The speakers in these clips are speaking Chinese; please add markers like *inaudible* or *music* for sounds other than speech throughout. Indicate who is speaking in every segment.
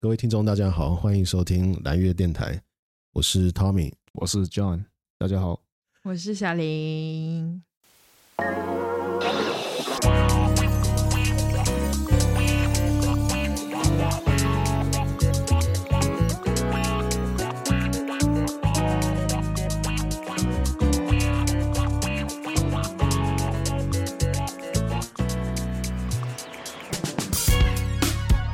Speaker 1: 各位听众，大家好，欢迎收听蓝月电台，我是 Tommy。
Speaker 2: 我是 John，大家好。
Speaker 3: 我是小林。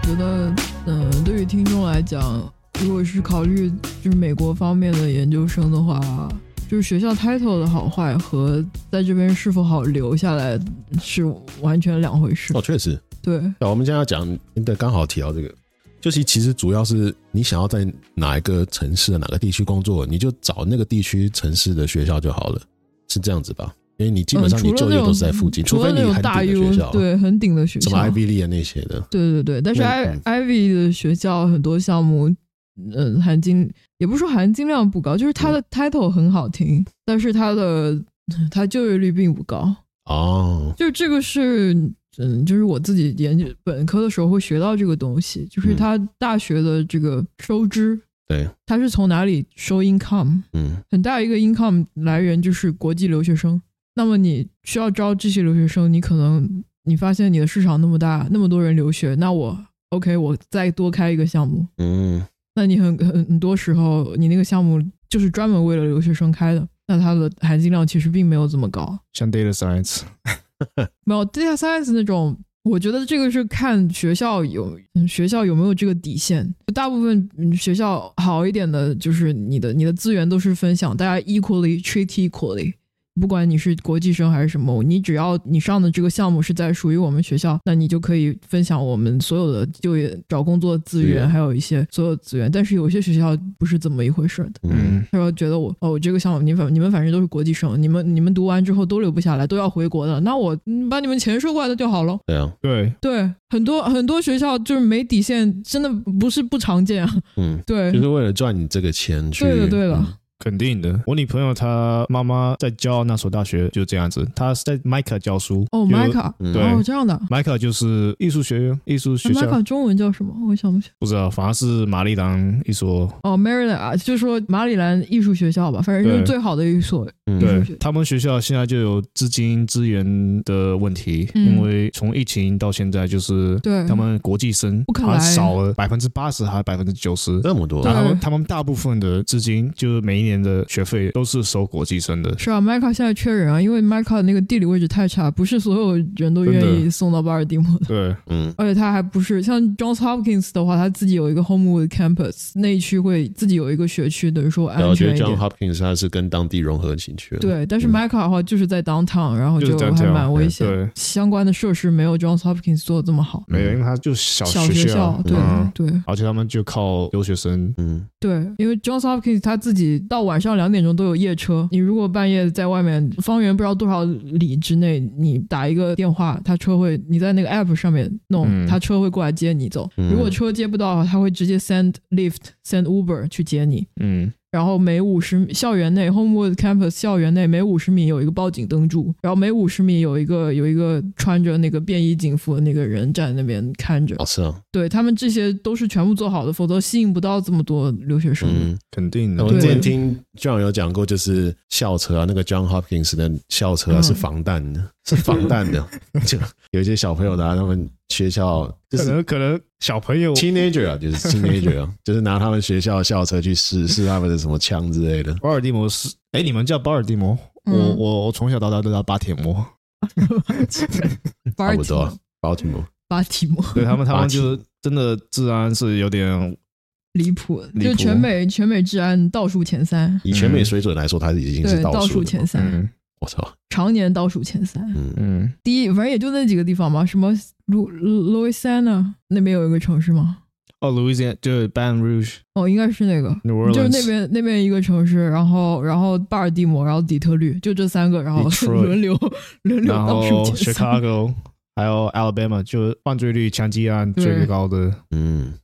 Speaker 4: 觉得，嗯、对于听众来讲，如果是考虑就是美国方面的研究生的话，就是学校 title 的好坏和在这边是否好留下来是完全两回事。
Speaker 1: 哦，确实，
Speaker 4: 对，
Speaker 1: 对，我们今天要讲，对，刚好提到这个，就是其实主要是你想要在哪一个城市、哪个地区工作，你就找那个地区城市的学校就好了，是这样子吧？因为你基本上
Speaker 4: 嗯
Speaker 1: 你
Speaker 4: 除
Speaker 1: 就
Speaker 4: 了
Speaker 1: 业
Speaker 4: 那种
Speaker 1: 都是在附近，除
Speaker 4: 除
Speaker 1: 非
Speaker 4: 了
Speaker 1: 你
Speaker 4: 那种
Speaker 1: 很
Speaker 4: 大
Speaker 1: 顶的
Speaker 4: U，
Speaker 1: 学校，啊
Speaker 4: 对，很顶的学
Speaker 1: 什
Speaker 4: 校
Speaker 1: 么，Ivy League 那些的，
Speaker 4: 对对对。但是
Speaker 1: 那嗯
Speaker 4: I Ivy 的学校很多项目，嗯，含金也不是说含金量不高，就是它
Speaker 1: 嗯
Speaker 4: 的 title 很好听，但是它的它就业率并不高。
Speaker 1: 哦，
Speaker 4: 就这个是，嗯，就是我自己研究本科的时候会学到这个东西，就是
Speaker 1: 嗯
Speaker 4: 他大学的这个收支，
Speaker 1: 对，
Speaker 4: 他是从哪里收 income，
Speaker 1: 嗯，
Speaker 4: 很大一个 income 来源就是国际留学生。那么你需要招这些留学生，你可能你发现你的市场那么大，那么多人留学，那我 OK，我再多开一个项目，
Speaker 1: 嗯，
Speaker 4: 那你很很很多时候你那个项目就是专门为了留学生开的，那它的含金量其实并没有这么高。
Speaker 2: 像 Data Science，
Speaker 4: 没有 data science 那种，我觉得这个是看学校有嗯学校有没有这个底线。大部分嗯学校好一点的，就是你的你的资源都是分享，大家 equally treat equally。不管你是国际生还是什么，你只要你上的这个项目是在属于我们学校，那你就可以分享我们所有的就业、找工作资
Speaker 1: 资源
Speaker 4: 源，还有一些所有资源。但是有些学校不是这么一回事的。
Speaker 1: 嗯，，
Speaker 4: 他说觉得我哦，我这个项目你反你们反正都是国际生，你们你们读完之后都留不下来，都要回国的，那我嗯把你们钱收过来的就好了。
Speaker 1: 对啊，
Speaker 2: 对，
Speaker 4: 对，很多很多学校就是没底线，真的不是不常见啊。
Speaker 1: 嗯，
Speaker 4: 对，
Speaker 1: 就是为了赚你这个钱去，
Speaker 4: 对的对的，
Speaker 2: 肯定的。我女朋友她妈妈在教那所大学就这样子，她是在麦卡教书。
Speaker 4: 哦
Speaker 2: 就
Speaker 4: 麦卡，
Speaker 1: 嗯，
Speaker 2: 对
Speaker 1: 嗯，
Speaker 4: 哦这样的，
Speaker 2: 麦卡就是艺术学院、艺术学
Speaker 4: 麦
Speaker 2: 校
Speaker 4: 卡，中文叫什么？我想不起来。
Speaker 2: 不知道，反而是玛丽兰一所。
Speaker 4: 哦，Maryland 啊，就说马里兰艺术学校吧，反正就是
Speaker 2: 对
Speaker 4: 最好的一所。
Speaker 1: 嗯
Speaker 4: 艺
Speaker 2: 对
Speaker 4: 术学
Speaker 2: 他们学校现在就有资金资源的问题，
Speaker 4: 嗯
Speaker 2: 因为从疫情到现在，就是
Speaker 4: 对
Speaker 2: 他们国际生
Speaker 4: 不肯
Speaker 2: 好像
Speaker 4: 来
Speaker 2: 少了百分之八十还百分之九十，
Speaker 1: 这么多，
Speaker 2: 那
Speaker 4: 对
Speaker 2: 他们他们大部分的资金，就是每一年的学费都是收国际生的。
Speaker 4: 是啊，麦卡现在缺人啊，因为麦卡那个地理位置太差，不是所有人都
Speaker 2: 真的
Speaker 4: 愿意送到巴尔的摩的。
Speaker 2: 对，
Speaker 1: 嗯，
Speaker 4: 而且它还不是像 Johns Hopkins 的话，它自己有一个 Homewood Campus 那一区会自己有一个学区，等于说
Speaker 1: 对啊
Speaker 4: 安
Speaker 1: 我觉
Speaker 4: 全
Speaker 1: 得
Speaker 4: 一
Speaker 1: John
Speaker 4: 点。
Speaker 1: Hopkins 他是跟当地融合进去了，
Speaker 4: 对，但是
Speaker 1: 嗯
Speaker 4: Mecca 的话就是在 downtown，然后
Speaker 2: 就是在
Speaker 4: 还
Speaker 2: downtown，
Speaker 4: 蛮危险
Speaker 2: 对，
Speaker 4: 相关的设施没有 Johns Hopkins 做的这么好。
Speaker 2: 没有，因为他就小
Speaker 4: 小
Speaker 2: 学
Speaker 4: 校，对、
Speaker 2: 嗯，
Speaker 4: 对
Speaker 2: 而且他们就靠留学生。
Speaker 1: 嗯，
Speaker 4: 对，因为 Johns Hopkins 他自己到晚上两点钟都有夜车，你如果半夜在外面方圆不知道多少里之内，你打一个电话，他车会你在那个 app 上面弄，
Speaker 2: 嗯
Speaker 4: 他车会过来接你走。
Speaker 1: 嗯
Speaker 4: 如果车接不到，他会直接 send Lyft、send Uber 去接你。
Speaker 2: 嗯，
Speaker 4: 然后每五十校园内 Homewood Campus 校园内每五十米有一个报警灯柱，然后每五十米有一个有一个穿着那个便衣警服的那个人站在那边看着
Speaker 1: 好。吃啊，
Speaker 4: 对他们这些都是全部做好的，否则吸引不到这么多留学生。
Speaker 1: 嗯。
Speaker 2: 肯定的
Speaker 1: 我。们之前
Speaker 4: 对
Speaker 1: 听 John 有讲过，就是校车啊，那个 John Hopkins 的校车啊、
Speaker 4: 嗯
Speaker 1: 是防弹的，是防弹的。哦 *laughs* 就有一些小朋友拿他们学校就
Speaker 2: 可
Speaker 1: 是
Speaker 2: 能可能小朋友
Speaker 1: teenager 啊，就是 teenager 啊，就是拿他们学校的校车去试试他们的什么枪之类的。
Speaker 2: 巴尔的摩是，哎，你们叫巴尔的摩？我
Speaker 4: 嗯
Speaker 2: 我我从小到大都叫巴铁摩。
Speaker 1: 差不多
Speaker 4: 巴尔提摩
Speaker 1: 啊，Baltimore，
Speaker 4: 巴提摩
Speaker 2: 对他们，他
Speaker 1: 巴
Speaker 2: 们
Speaker 1: 铁
Speaker 2: 就是真的治安是有点
Speaker 4: 离谱，
Speaker 2: 离谱
Speaker 4: 就全美全美治安倒数前三，
Speaker 1: 以全美水准来说，它已经是
Speaker 4: 对，
Speaker 1: 倒
Speaker 4: 倒
Speaker 1: 数
Speaker 4: 数
Speaker 1: 的嘛
Speaker 4: 前三，
Speaker 2: 嗯
Speaker 1: 我操，
Speaker 4: 常年倒数前三。
Speaker 1: 嗯，
Speaker 2: 嗯，
Speaker 4: 第一，反正也就那几个地方嘛，什么路 Louisiana 那边有一个城市吗？
Speaker 2: 哦，Louisiana 就是 Baton Rouge，New
Speaker 4: 哦，应该是那个，就是那
Speaker 2: Orleans，
Speaker 4: 边那边一个城市，然后然后巴尔的摩，然后底特律，就这三个，然后 *laughs*
Speaker 2: Detroit
Speaker 4: 轮流轮流
Speaker 2: 然
Speaker 4: 倒
Speaker 2: 后
Speaker 4: 数前三。
Speaker 2: Chicago 还有 Alabama 就是犯罪率、枪击案最
Speaker 4: 对
Speaker 2: 高的。
Speaker 1: 嗯，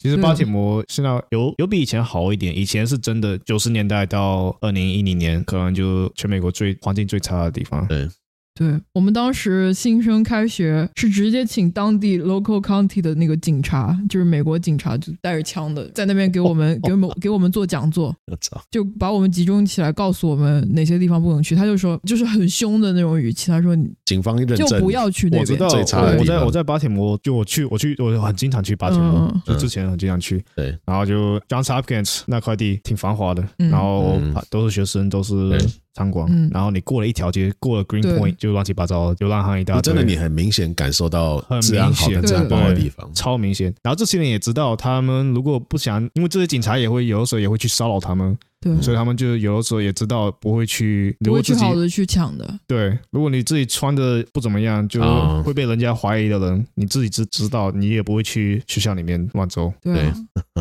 Speaker 2: 其实
Speaker 4: 对
Speaker 2: 巴铁摩现在有有比以前好一点，以前是真的九十年代到二零一零年，可能就全美国最环境最差的地方。
Speaker 1: 对，
Speaker 4: 对我们当时新生开学是直接请当地 local county 的那个警察，就是美国警察，就带着枪的，在那边给我
Speaker 2: *laughs*
Speaker 4: 们、给我们给我们做讲座，
Speaker 1: 我操，
Speaker 4: 就把我们集中起来，告诉我们哪些地方不能去。他就说，就是很凶的那种语气，他说你
Speaker 1: 警方认
Speaker 4: 就
Speaker 1: 证
Speaker 4: 不要去那
Speaker 2: 我知
Speaker 4: 边
Speaker 2: 道，。
Speaker 1: 最差的
Speaker 2: 我我
Speaker 1: 地
Speaker 2: 在
Speaker 1: 方
Speaker 2: 我在八铁磨，就我去我去我很经常去八铁磨
Speaker 4: 嗯，
Speaker 2: 就之前很经常去。
Speaker 1: 对，
Speaker 2: 然后就 Johns Hopkins 那块地挺繁华的，
Speaker 4: 嗯
Speaker 2: 然后
Speaker 1: 嗯
Speaker 2: 都是学生，都是
Speaker 1: 对
Speaker 2: 餐馆
Speaker 4: 嗯。
Speaker 2: 然后你过了一条街，过了 Green
Speaker 4: 对
Speaker 2: Point 就乱七八糟，流浪汉一大
Speaker 1: 你
Speaker 2: 堆。
Speaker 1: 哦真的你很明显感受到
Speaker 2: 啊很
Speaker 1: 治安好
Speaker 2: 明显
Speaker 1: 跟治安不好的地方，
Speaker 2: 超明显。然后这些人也知道，他们如果不想，因为这些警察也会有的时候也会去骚扰他们，
Speaker 4: 对，
Speaker 2: 所以他们就有的时候也知道不会去，如
Speaker 4: 不
Speaker 2: 果
Speaker 4: 会去
Speaker 2: 自己
Speaker 4: 好的去抢的。
Speaker 2: 对，如果你自己穿的不怎么样，就
Speaker 1: 啊
Speaker 2: 会被人家怀疑的人，你自己知知道，你也不会去学校里面乱走，
Speaker 4: 对啊，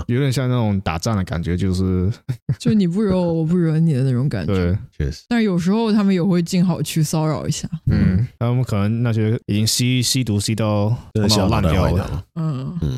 Speaker 2: 有点像那种打仗的感觉，就是
Speaker 4: 就你不惹我，我不惹你的那种感觉。
Speaker 2: 对，
Speaker 1: 确实。
Speaker 4: 但是有时候他们也会进好去骚扰一下。
Speaker 2: 嗯，他们可能那些已经吸吸毒吸到
Speaker 1: 真的
Speaker 2: 头
Speaker 1: 笑
Speaker 2: 脑烂掉了，
Speaker 1: 了。
Speaker 4: 嗯
Speaker 1: 嗯，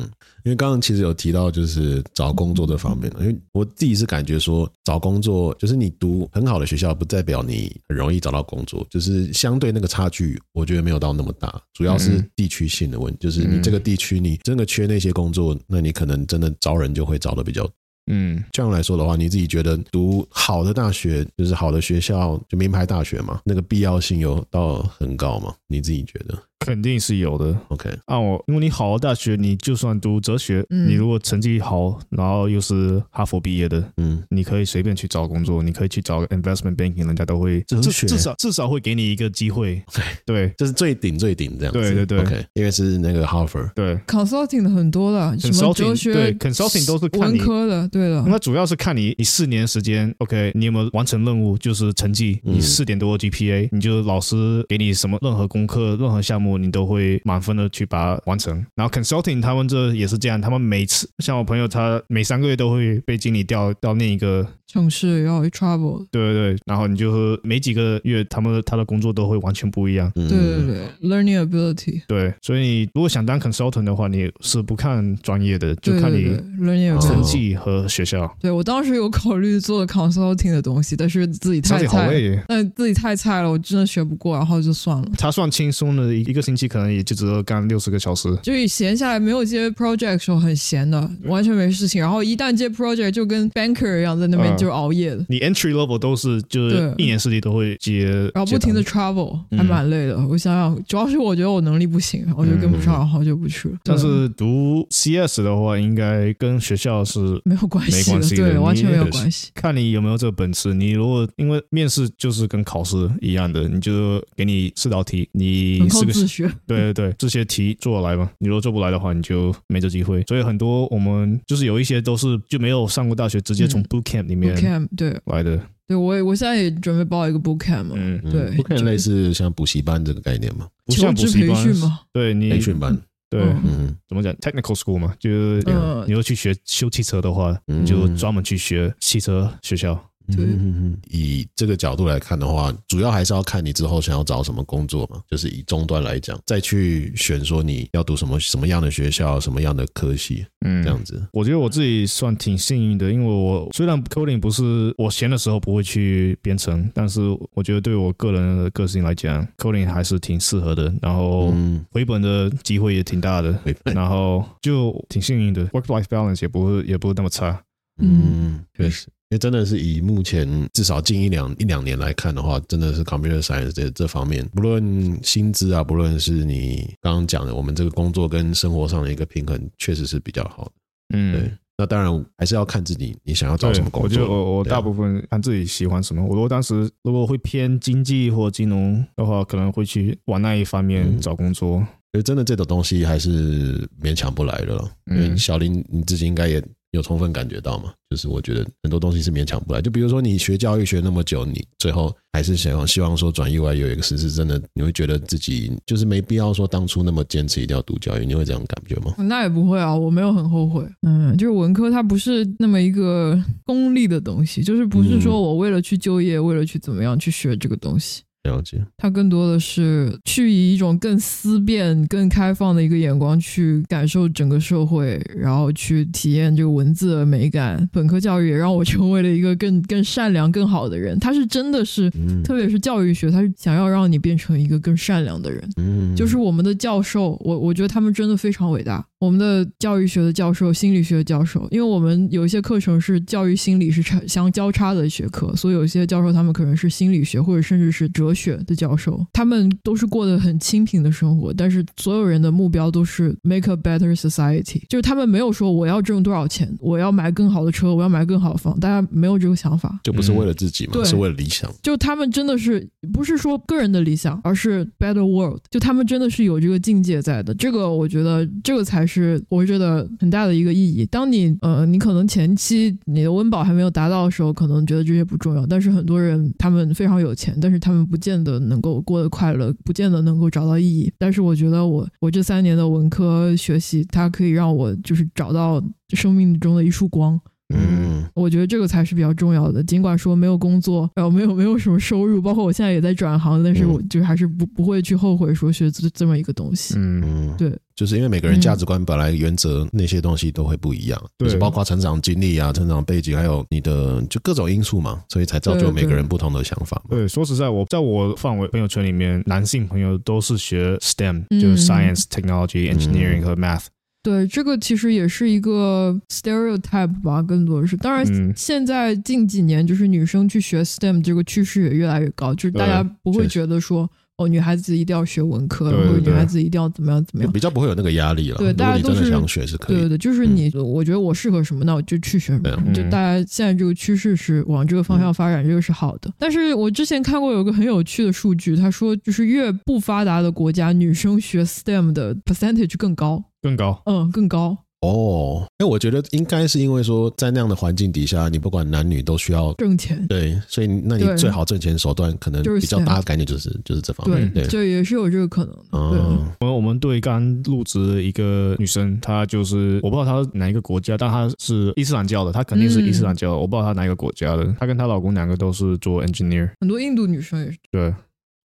Speaker 1: 因为刚刚其实有提到就是找工作这方面的，因为我自己是感觉说找工作就是你读很好的学校，不代表你很容易找到工作，就是相对那个差距，我觉得没有到那么大，主要是
Speaker 2: 嗯
Speaker 1: 地区性的问题，就是你这个地区你真的缺那些工作，那你可能真的招人就会招的比较。
Speaker 2: 嗯
Speaker 1: 这样来说的话，你自己觉得读好的大学，就是好的学校，就名牌大学嘛，那个必要性有到很高吗？你自己觉得
Speaker 2: 肯定是有的。
Speaker 1: ？OK，
Speaker 2: 按我，因为你好的大学，你就算读哲学，
Speaker 4: 嗯
Speaker 2: 你如果成绩好，然后又是哈佛毕业的，
Speaker 1: 嗯，
Speaker 2: 你可以随便去找工作，你可以去找 investment banking，人家都会至
Speaker 1: 哲学
Speaker 2: 至至少至少会给你一个机会。对
Speaker 1: 就是最顶最顶这样子。
Speaker 2: 对对对
Speaker 1: OK，因为是那个 Harvard，
Speaker 2: 对，
Speaker 4: ，consulting 的很多了，什么
Speaker 2: Consulting，
Speaker 4: 哲学
Speaker 2: 对 consulting 都是看
Speaker 4: 文
Speaker 2: 你
Speaker 4: 科的，对了，
Speaker 2: 那主要是看你你四年时间，OK，你有没有完成任务，就是成绩，
Speaker 1: 嗯
Speaker 2: 你四点多的 GPA，你就老师给你什么任何功课、任何项目，你都会满分的去把它完成。然后 consulting 他们这也是这样，他们每次像我朋友，他每三个月都会被经理调到另一个，
Speaker 4: 城市要 trouble，
Speaker 2: 对对对，然后你就是每几个月他们他的工作都会完全不一样。
Speaker 1: 嗯，
Speaker 4: 对对对、l e a r n i n g ability，
Speaker 2: 对，所以你如果想当 consultant 的话，你是不看专业的，就
Speaker 4: 对
Speaker 2: 看
Speaker 4: 对对哦
Speaker 2: 你
Speaker 4: ，learning
Speaker 1: 哦
Speaker 2: 成
Speaker 4: ability。
Speaker 2: 绩和学校。
Speaker 4: 对我当时有考虑做 consulting 的东西，但是自己
Speaker 2: 成
Speaker 4: 太
Speaker 2: 绩好
Speaker 4: 菜了，
Speaker 2: 累耶。
Speaker 4: 但自己太菜了，我真的学不过，然后就算了。
Speaker 2: 他算轻松的，一个星期可能也就只有干六十个小时。
Speaker 4: 就是闲下来没有接 project 的时候很闲的，完全没事情。然后一旦接 project 就跟 banker 一样，在那边
Speaker 2: 嗯
Speaker 4: 就是熬夜的，
Speaker 2: 你 entry level 都是就是
Speaker 4: 对
Speaker 2: 一年四季都会接，
Speaker 4: 然后不停的
Speaker 2: 接
Speaker 4: travel，
Speaker 2: 嗯
Speaker 4: 还蛮累的。我想想，主要是我觉得我能力不行，我就跟不上，
Speaker 1: 嗯
Speaker 4: 然后就不去了。
Speaker 2: 单。但
Speaker 4: 对
Speaker 2: 是读 CS 的话，应该跟学校是
Speaker 4: 没有关系
Speaker 2: 没关系的
Speaker 4: 对，
Speaker 2: 你
Speaker 4: 完全没有
Speaker 2: 也是
Speaker 4: 关系。
Speaker 2: 看你有没有这个本事。你如果因为面试就是跟考试一样的，你就给你四道题，你
Speaker 4: 纯靠
Speaker 2: 四个
Speaker 4: 自学，
Speaker 2: 对对对，这些题做得来吗？你如果做不来的话，你就没这机会。所以很多我们就是有一些都是就没有上过大学，直接从
Speaker 4: 嗯
Speaker 2: boot camp 里
Speaker 4: 不
Speaker 2: 面
Speaker 4: camp 对
Speaker 2: 来的。
Speaker 4: 对，我也我现在也准备报一个 boot camp 嘛，
Speaker 2: 嗯，
Speaker 1: 嗯
Speaker 4: 对
Speaker 1: 不可
Speaker 4: 就
Speaker 1: 能类似像补习班这个概念嘛，
Speaker 2: 不
Speaker 4: 求
Speaker 2: 像补
Speaker 4: 职
Speaker 2: 习
Speaker 4: 培
Speaker 2: 班
Speaker 4: 训，嘛，
Speaker 2: 对你
Speaker 1: 培训班，
Speaker 2: 对。
Speaker 4: 嗯
Speaker 1: 嗯
Speaker 2: 怎么讲 technical school 嘛，就是
Speaker 4: 嗯
Speaker 2: 你要去学修汽车的话，
Speaker 1: 嗯
Speaker 2: 你就专门去学汽车学校。
Speaker 4: 对
Speaker 1: 嗯嗯以这个角度来看的话，主要还是要看你之后想要找什么工作嘛，就是以终端来讲，再去选说你要读什么什么样的学校，什么样的科系
Speaker 2: 嗯
Speaker 1: 这样子。
Speaker 2: 我觉得我自己算挺幸运的，因为我虽然 coding 不是我闲的时候不会去编程，但是我觉得对我个人的个性来讲，coding 还是挺适合的。然后
Speaker 1: 嗯，
Speaker 2: 回本的机会也挺大的，
Speaker 1: 回本
Speaker 2: 然后就挺幸运的，work life balance 也不会也不会那么差。
Speaker 1: 嗯，确实。因为真的是以目前至少近一两一两年来看的话，真的是 computer science 这这方面，不论薪资啊，不论是你刚刚讲的我们这个工作跟生活上的一个平衡，确实是比较好的。对，
Speaker 2: 嗯，
Speaker 1: 那当然还是要看自己你想要找
Speaker 2: 对
Speaker 1: 什么工
Speaker 2: 我觉得
Speaker 1: 作。
Speaker 2: 我我
Speaker 1: 对啊
Speaker 2: 大部分看自己喜欢什么。我如果当时如果会偏经济或金融的话，可能会去往那一方面
Speaker 1: 嗯
Speaker 2: 找工作。
Speaker 1: 因为真的这种东西还是勉强不来的了。
Speaker 2: 嗯
Speaker 1: 因为小林你自己应该也有充分感觉到嘛，就是我觉得很多东西是勉强不来。就比如说你学教育学那么久，你最后还是想要希望说转 UI 有一个实施，真的你会觉得自己就是没必要说当初那么坚持一定要读教育，你会这样感觉吗？
Speaker 4: 那也不会啊，我没有很后悔。嗯，就是文科它不是那么一
Speaker 2: 嗯
Speaker 4: 个功利的东西，就是不是说我为了去就业，为了去怎么样去学这个东西。
Speaker 1: 了解。
Speaker 4: 它更多的是去以一种更思辨、更开放的一个眼光去感受整个社会，然后去体验这个文字的美感。本科教育也让我成为了一个更更善良、更好的人。他是真的是，
Speaker 1: 嗯，
Speaker 4: 特别是教育学，他是想要让你变成一个更善良的人。
Speaker 1: 嗯，
Speaker 4: 就是我们的教授，我我觉得他们真的非常伟大。我们的教育学的教授、心理学的教授，因为我们有一些课程是教育心理是差相交叉的学科，所以有一些教授他们可能是心理学或者甚至是哲学的教授，他们都是过得很清贫的生活，但是所有人的目标都是 make a better society，就是他们没有说我要挣多少钱，我要买更好的车，我要买更好的房，大家没有这个想法，
Speaker 1: 就不是为了自己嘛，
Speaker 4: 对
Speaker 1: 是为了理想。
Speaker 4: 就他们真的是不是说个人的理想，而是 better world，就他们真的是有这个境界在的。这个我觉得这个才是活着的很大的一个意义。当你呃，你可能前期你的温饱还没有达到的时候，可能觉得这些不重要，但是很多人他们非常有钱，但是他们不见得能够过得快乐，不见得能够找到意义。但是我觉得我我这三年的文科学习，它可以让我就是找到生命中的一束光。
Speaker 1: 嗯，
Speaker 4: 我觉得这个才是比较重要的。尽管说没有工作，然后没有没有什么收入，包括我现在也在转行，但是
Speaker 1: 嗯
Speaker 4: 我就还是不不会去后悔说学这这么一个东西。
Speaker 2: 嗯，
Speaker 1: 嗯，
Speaker 4: 对，
Speaker 1: 就是因为每个人价值观本来原则那些东西都会不一
Speaker 4: 嗯
Speaker 1: 样，
Speaker 2: 对
Speaker 1: 就是包括成长经历啊、成长背景，还有你的就各种因素嘛，所以才造就
Speaker 4: 对
Speaker 1: 每个人不同的想法嘛。
Speaker 2: 对，说实在，我在我范围朋友圈里面，男性朋友都是学 STEM，、
Speaker 4: 嗯
Speaker 2: 就是 Science、Technology、
Speaker 1: 嗯
Speaker 2: Engineering 和 Math。
Speaker 4: 对，这个其实也是一个 stereotype 吧，更多的是。当然，
Speaker 2: 嗯
Speaker 4: 现在近几年就是女生去学 STEM 这个趋势也越来越高，就是大家不会
Speaker 1: 确实
Speaker 4: 觉得说哦，女孩子一定要学文科，
Speaker 2: 对
Speaker 4: 或者
Speaker 2: 对
Speaker 4: 女孩子一定要怎么样怎么
Speaker 1: 就
Speaker 4: 样。
Speaker 1: 比较不会有那个压力了。
Speaker 4: 嗯对
Speaker 1: 如
Speaker 4: 大
Speaker 1: 果
Speaker 4: 家
Speaker 1: 你
Speaker 4: 都
Speaker 1: 真的
Speaker 4: 是
Speaker 1: 想学是可
Speaker 4: 对
Speaker 1: 以
Speaker 4: 对
Speaker 1: 的。
Speaker 4: 对，就是
Speaker 1: 嗯
Speaker 4: 你，我觉得我适合什么，那我就去学什么
Speaker 1: 对啊。嗯
Speaker 4: 就
Speaker 2: 嗯
Speaker 4: 大家现在这个趋势是往这个方向发展，这个是好的。但是我之前看过有个很有趣的数据，他说就是越不发达的国家，女生学 STEM 的 percentage 更高，
Speaker 2: 更高，
Speaker 4: 嗯，更高。
Speaker 1: 哦，因为我觉得应该是因为说在那样的环境底下，你不管男女都需要
Speaker 4: 挣钱。
Speaker 1: 对，所以那你
Speaker 4: 对
Speaker 1: 最好挣钱手段可能
Speaker 4: 就是
Speaker 1: 比较
Speaker 4: 这样
Speaker 1: 大的概念就是就是这方
Speaker 4: 对
Speaker 1: 面。对，
Speaker 4: 就也是有这个可能的。对，
Speaker 1: 哦，
Speaker 2: 我我们队刚入职的一个女生，她就是我不知道她是哪一个国家，但她是伊斯兰教的，她肯定是伊斯兰教的，我不知道她哪一个国家的。她跟她老公两个都是做 engineer，
Speaker 4: 很多印度女生也是。
Speaker 2: 对，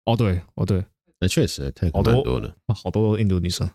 Speaker 2: 哦对，哦对，哦
Speaker 1: 那哎确实太
Speaker 2: 好
Speaker 1: 蛮
Speaker 2: 多
Speaker 1: 多的。
Speaker 2: 好多都是印度女生。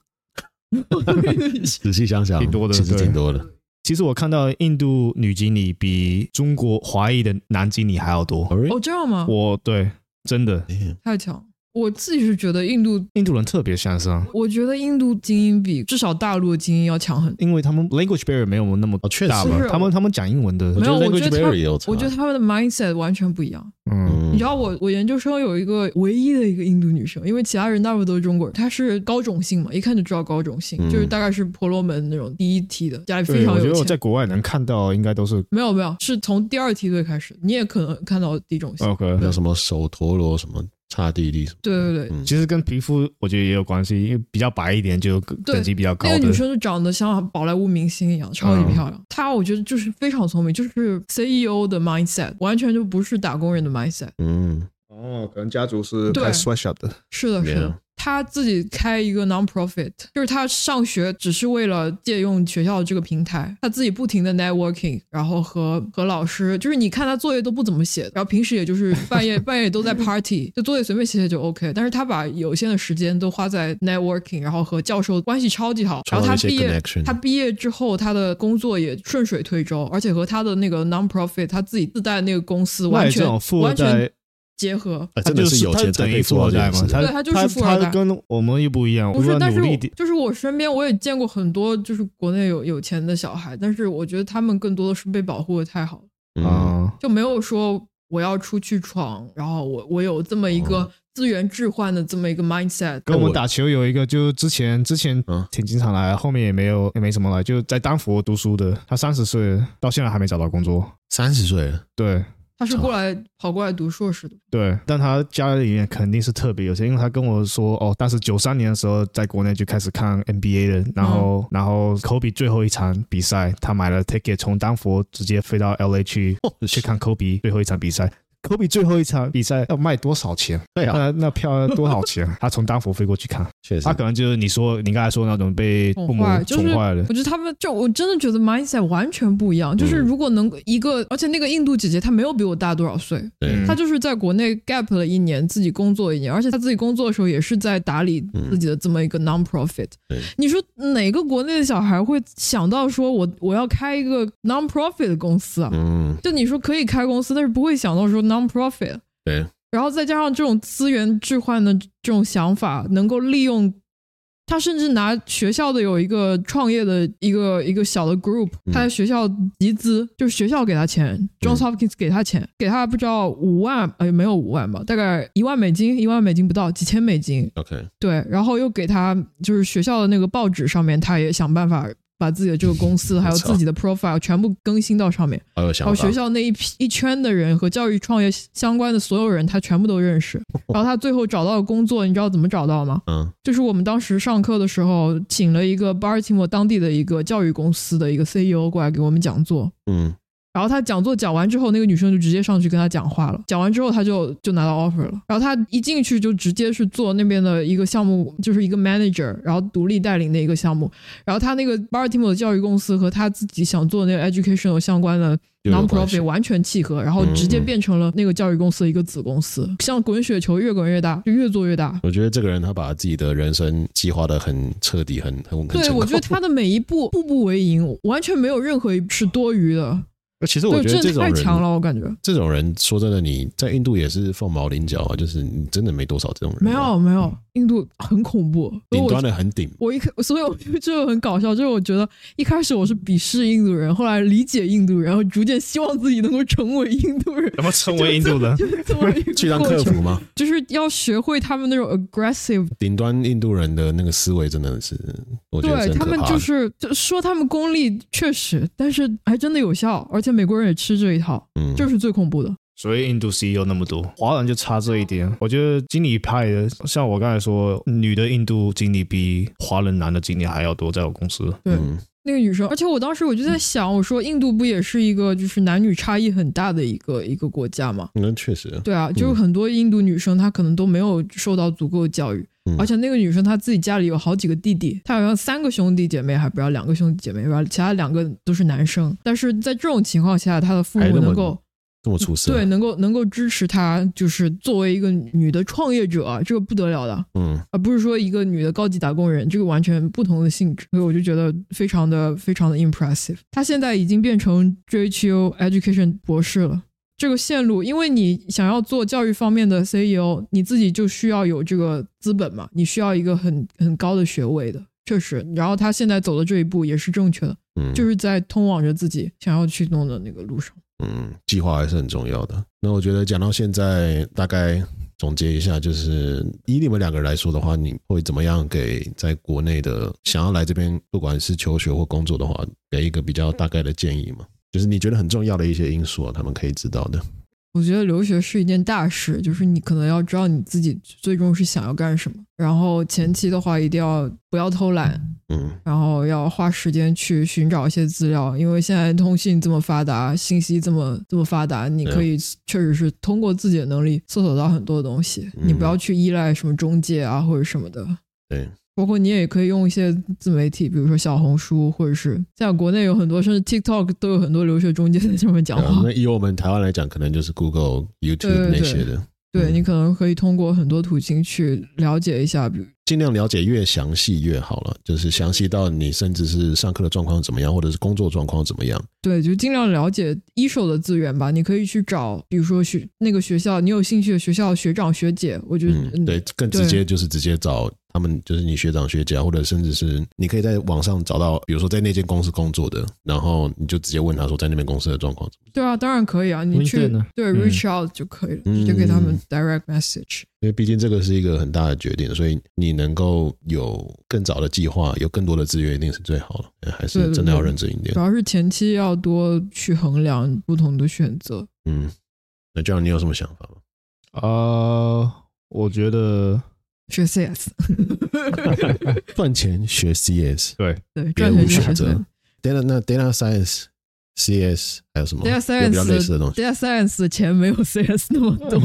Speaker 1: 仔细想想，
Speaker 2: 挺多的
Speaker 1: 其实
Speaker 2: 对
Speaker 1: 挺多的。
Speaker 2: 其实我看到印度女经理比中国华裔的男经理还要多。
Speaker 1: Alright
Speaker 4: 哦，这样吗？
Speaker 2: 我对，真的，
Speaker 1: Damn
Speaker 4: 太强了。我自己是觉得印度，
Speaker 2: 印度人特别向上，
Speaker 4: 我觉得印度精英比至少大陆的精英要强很多。
Speaker 2: 因为他们 language barrier 没有我们那么
Speaker 1: 哦，确实
Speaker 2: 大，
Speaker 4: 是
Speaker 2: 吧？他们他们讲英文的
Speaker 1: 我，
Speaker 4: 没
Speaker 1: 觉
Speaker 4: 有
Speaker 1: 得
Speaker 4: 我觉
Speaker 1: language
Speaker 4: 得
Speaker 1: barrier
Speaker 4: 他
Speaker 1: 也有差。
Speaker 4: 我觉得他们的 mindset 完全不一样。
Speaker 2: 嗯，
Speaker 1: 嗯
Speaker 4: 你知道我我研究生有一个唯一的一个印度女生，因为其他人大部分都是中国人，她是高种姓嘛，一看就知道高种姓，
Speaker 1: 嗯
Speaker 4: 就是大概是婆罗门那种第一梯的，家里非
Speaker 2: 对，
Speaker 4: 常
Speaker 2: 我觉
Speaker 4: 有
Speaker 2: 得我
Speaker 4: 钱。
Speaker 2: 在国外能看到应该都是
Speaker 4: 没有没有，是从第二梯队开始，你也可能看到低种姓。
Speaker 2: OK，
Speaker 1: 叫什么手陀螺什么刹帝利什么，
Speaker 4: 对对对，
Speaker 1: 嗯
Speaker 2: 其实跟皮肤我觉得也有关系，因为比较白一点就
Speaker 4: 对
Speaker 2: 等级比较高
Speaker 4: 那个
Speaker 2: 的。
Speaker 4: 女生就长得像宝莱坞明星一样，超级
Speaker 2: 嗯
Speaker 4: 漂亮。她我觉得就是非常聪明，就是 CEO 的 mindset，完全就不是打工人的 mindset。
Speaker 1: 嗯，
Speaker 2: 哦，可能家族是
Speaker 4: 对开
Speaker 2: sweatshop 的。
Speaker 4: 是的，是
Speaker 1: Yeah
Speaker 4: 的。他自己开一个 non-profit，就是他上学只是为了借用学校的这个平台，他自己不停的 networking，然后和和老师，就是你看他作业都不怎么写，然后平时也就是半夜 *laughs* 半夜都在 party，就作业随便写写就 OK。但是他把有限的时间都花在 networking，然后和教授关系超级好，
Speaker 1: 创
Speaker 4: 然后
Speaker 1: 造
Speaker 4: 他
Speaker 1: 一些
Speaker 4: 毕业
Speaker 1: connection，
Speaker 4: 他毕业之后，他的工作也顺水推舟，而且和他的那个 non-profit 他自己自带那个公司
Speaker 2: 那
Speaker 4: 完
Speaker 2: 也这
Speaker 4: 全
Speaker 2: 种富二
Speaker 4: 完全
Speaker 2: 代，
Speaker 4: 结合。
Speaker 1: 啊
Speaker 2: 他
Speaker 1: 真的
Speaker 2: 呃就是
Speaker 1: 有钱才
Speaker 2: 他等
Speaker 1: 可
Speaker 2: 于
Speaker 1: 以
Speaker 2: 富
Speaker 1: 做
Speaker 2: 二
Speaker 1: 到这
Speaker 2: 代
Speaker 1: 件
Speaker 2: 嘛
Speaker 1: 事，
Speaker 2: 他
Speaker 1: 的。
Speaker 4: 对他就是富二代
Speaker 2: 他跟我们又不一样，
Speaker 4: 不是，
Speaker 2: 我们
Speaker 4: 但
Speaker 2: 要
Speaker 4: 是
Speaker 2: 努
Speaker 4: 我
Speaker 2: 力地
Speaker 4: 就是我身边我也见过很多就是国内有有钱的小孩，但是我觉得他们更多的是被保护的太好了，
Speaker 1: 嗯，
Speaker 2: 啊，
Speaker 4: 就没有说我要出去闯，然后我我有这么一个资源置换的这么一个 mindset。
Speaker 2: 哦跟
Speaker 1: 那
Speaker 2: 我们
Speaker 1: 我
Speaker 2: 打球有一个，就之前之前
Speaker 1: 嗯
Speaker 2: 挺经常来，后面也没有也没什么来，就在丹佛读书的，他三十岁到现在还没找到工作，
Speaker 1: 三十岁了，
Speaker 2: 对。
Speaker 4: 他是过来跑过来读硕士的，
Speaker 2: 对，但他家里面肯定是特别有钱，因为他跟我说，哦，当时九三年的时候在国内就开始看 NBA 了，然后、然后科比最后一场比赛，他买了 ticket 从丹佛直接飞到 LA 去、
Speaker 1: 哦
Speaker 2: 去看科比最后一场比赛。科比最后一场比赛要卖多少钱？
Speaker 1: 对啊，
Speaker 2: 那那票要多少 *laughs* 钱？他从丹佛飞过去看，
Speaker 1: 确实
Speaker 2: 他，可能就是你说你刚才说那种被父
Speaker 4: 宠
Speaker 2: 母
Speaker 4: 坏，就是
Speaker 2: 宠坏了
Speaker 4: 我，觉得他们就我真的觉得 mindset 完全不一样。就是
Speaker 1: 嗯
Speaker 4: 如果能一个，而且那个印度姐姐她没有比我大多少岁，
Speaker 1: 对
Speaker 2: 嗯
Speaker 4: 她就是在国内 gap 了一年，自己工作一年，而且她自己工作的时候也是在打理自己的这么一个 non profit
Speaker 1: 对。
Speaker 4: 你说哪个国内的小孩会想到说我我要开一个 non profit 的公司啊？
Speaker 1: 嗯，
Speaker 4: 就你说可以开公司，但是不会想到说 non profit。
Speaker 1: 对，
Speaker 4: 然后再加上这种资源置换的这种想法，能够利用他，甚至拿学校的有一个创业的一个一个小的 group，
Speaker 1: 嗯
Speaker 4: 他在学校集资，就是学校给他钱，Johns Hopkins 给他钱，给他不知道五万，呃，没有五万吧，大概一万美金，一万美金不到，几千美金，
Speaker 1: OK，
Speaker 4: 对，然后又给他就是学校的那个报纸上面，他也想办法把自己的这个
Speaker 1: *laughs*
Speaker 4: 公司还有自己的 profile 全部更新到上面。
Speaker 1: 好有
Speaker 4: 然后
Speaker 1: 想法
Speaker 4: 哦学，校那一批一圈的人和教育创业相关的所有人，他全部都认
Speaker 1: *laughs*
Speaker 4: 识。然后他最后找到的工作，你知道怎么找到吗？
Speaker 1: 嗯
Speaker 4: 就是我们当时上课的时候，请了一个巴尔的摩当地的一个教育公司的一个 CEO 过来给我们讲座。
Speaker 1: 嗯，
Speaker 4: 然后他讲座讲完之后，那个女生就直接上去跟他讲话了。讲完之后，他就就拿到 offer 了。然后他一进去就直接是做那边的一个项目，就是一个 manager，然后独立带领的一个项目。然后他那个 Baltimore 的教育公司和他自己想做那个 educational 相关的
Speaker 1: 又有关系
Speaker 4: non-profit 完全契合，然后直接变成了那个教育公司的一个子公司，像滚雪球越滚越大，就越做越大。
Speaker 1: 我觉得这个人他把自己的人生计划的很彻底，很很很
Speaker 4: 对，
Speaker 1: 成功
Speaker 4: 我觉得他的每一步步步为营，完全没有任何一步是多余的。
Speaker 1: 其实我
Speaker 4: 对，
Speaker 1: 觉得这
Speaker 4: 真的
Speaker 1: 种
Speaker 4: 太
Speaker 1: 人
Speaker 4: 强了，我感觉。
Speaker 1: 这种人说真的，你在印度也是凤毛麟角啊，就是你真的没多少这种人，啊
Speaker 4: 没有，没有，印度很恐怖，所以
Speaker 1: 顶
Speaker 4: 我
Speaker 1: 端的很顶，
Speaker 4: 我一开，所以我就就很搞笑，就是我觉得一开始我是鄙视印度人，后来理解印度人，然后逐渐希望自己能够成为印度人，
Speaker 2: 怎么成为印度
Speaker 4: *laughs*
Speaker 2: 人？
Speaker 4: 就是这么一个
Speaker 1: 去当
Speaker 4: 过
Speaker 1: 客
Speaker 4: 程
Speaker 1: 服吗？
Speaker 4: 就是要学会他们那种 aggressive，
Speaker 1: 顶端印度人的那个思维真的是，我觉得
Speaker 4: 对
Speaker 1: 是很
Speaker 4: 他
Speaker 1: 可
Speaker 4: 们
Speaker 1: 怕
Speaker 4: 就
Speaker 1: 的。
Speaker 4: 是就说他们功利确实，但是还真的有效，而且美国人也吃这一套，
Speaker 1: 嗯，
Speaker 4: 这是最恐怖的。
Speaker 2: 所以印度 CEO 那么多，华人就差这一点。我觉得经理派的，像我刚才说，女的印度经理比华人男的经理还要多，在我公司。
Speaker 4: 对
Speaker 1: 嗯
Speaker 4: 那个女生，而且我当时我就在想，我说印度不也是一个就是男女差异很大的一个一个国家吗？
Speaker 1: 那确实，
Speaker 4: 对啊，就是很多印度女生她可能都没有受到足够的教育，
Speaker 1: 嗯
Speaker 4: 而且那个女生她自己家里有好几个弟弟，她好像三个兄弟姐妹，还不知道两个兄弟姐妹吧，其他两个都是男生。但是在这种情况下，她的父
Speaker 1: 还那
Speaker 4: 母
Speaker 1: 么
Speaker 4: 能够
Speaker 1: 这么出事，
Speaker 4: 对，能够能够支持她，就是作为一个女的创业者啊，这个不得了的，
Speaker 1: 嗯，
Speaker 4: 而不是说一个女的高级打工人，这个完全不同的性质，所以我就觉得非常的非常的 impressive。她现在已经变成 JHU Education 博士了。这个线路，因为你想要做教育方面的 CEO，你自己就需要有这个资本嘛，你需要一个很很高的学位的，确实。然后她现在走的这一步也是正确的，
Speaker 1: 嗯，
Speaker 4: 就是在通往着自己想要去弄的那个路上。
Speaker 1: 嗯，计划还是很重要的。那我觉得讲到现在，大概总结一下，就是以你们两个人来说的话，你会怎么样给在国内的想要来这边，不管是求学或工作的话，给一个比较大概的建议嘛？就是你觉得很重要的一些因素、啊，他们可以知道的。
Speaker 4: 我觉得留学是一件大事，就是你可能要知道你自己最终是想要干什么，然后前期的话一定要不要偷懒，
Speaker 1: 嗯
Speaker 4: 然后要花时间去寻找一些资料，因为现在通信这么发达，信息这么这么发达，你
Speaker 1: 对啊
Speaker 4: 可以确实是通过自己的能力搜索到很多东西，
Speaker 1: 嗯
Speaker 4: 你不要去依赖什么中介啊或者什么的。
Speaker 1: 对，
Speaker 4: 包括你也可以用一些自媒体，比如说小红书，或者是像国内有很多，甚至 TikTok 都有很多留学中介在上面讲
Speaker 1: 对啊
Speaker 4: 话。
Speaker 1: 那以我们台湾来讲，可能就是 Google、YouTube
Speaker 4: 对对对
Speaker 1: 那些的，
Speaker 4: 对
Speaker 1: 嗯
Speaker 4: 你可能可以通过很多途径去了解一下，比如
Speaker 1: 尽量了解越详细越好了。就是详细到你甚至是上课的状况怎么样，或者是工作状况怎么样。
Speaker 4: 对，就尽量了解一手的资源吧。你可以去找，比如说学那个学校，你有兴趣的学校学长学姐，我觉得、
Speaker 1: 嗯，
Speaker 4: 嗯
Speaker 1: 对，更直接就是直接找他们，就是你学长学姐啊，或者甚至是你可以在网上找到，比如说在那间公司工作的，然后你就直接问他说在那边公司的状况怎么样。
Speaker 4: 对啊，当然可以啊，你去
Speaker 2: LinkedIn 啊
Speaker 4: 对
Speaker 2: 嗯
Speaker 4: reach out 就可以了，
Speaker 1: 嗯
Speaker 4: 直接给他们 direct message。
Speaker 1: 因为毕竟这个是一个很大的决定，所以你能够有更早的计划，有更多的资源，一定是最好的。还
Speaker 4: 对
Speaker 1: 是
Speaker 4: 对
Speaker 1: 真的要
Speaker 4: 对
Speaker 1: 认真一点
Speaker 4: 主。要是前期要多去衡量不同的选择。
Speaker 1: 嗯，那这样你有什么想法吗？
Speaker 2: 呃，我觉得
Speaker 4: 学 *laughs* CS，
Speaker 1: 赚钱学 CS，
Speaker 2: 对，
Speaker 4: 对，
Speaker 1: 别
Speaker 4: 赚
Speaker 1: 无
Speaker 4: 钱
Speaker 1: 选
Speaker 4: 学
Speaker 1: 择
Speaker 4: CS。
Speaker 1: *laughs* data 那 data science CS 还有什么
Speaker 4: data
Speaker 1: 有比较类似的
Speaker 4: science
Speaker 1: 东西？
Speaker 4: data science 的钱没有 CS 那么多，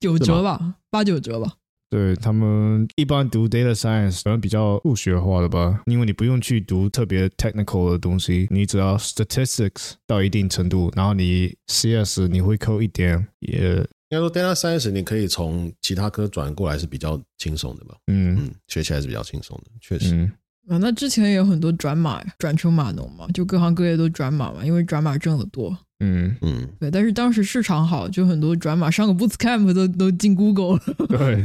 Speaker 4: 九折吧，八九折吧。
Speaker 2: 对他们一般读 data science 可能比较数学化的吧，因为你不用去读特别 technical 的东西，你只要 statistics 到一定程度，然后你 CS 你会扣一点，也
Speaker 1: 应该说 data science 你可以从其他科转过来是比较轻松的吧？
Speaker 2: 嗯
Speaker 1: 嗯，学起来是比较轻松的，确实。
Speaker 2: 嗯
Speaker 4: 啊，那之前也有很多转码、转成码农嘛，就各行各业都转码嘛，因为转码挣得多。
Speaker 2: 嗯，
Speaker 1: 嗯，
Speaker 4: 对，但是当时市场好，就很多转码上个 Bootcamp 都都进 Google 了。 *laughs*
Speaker 2: 对，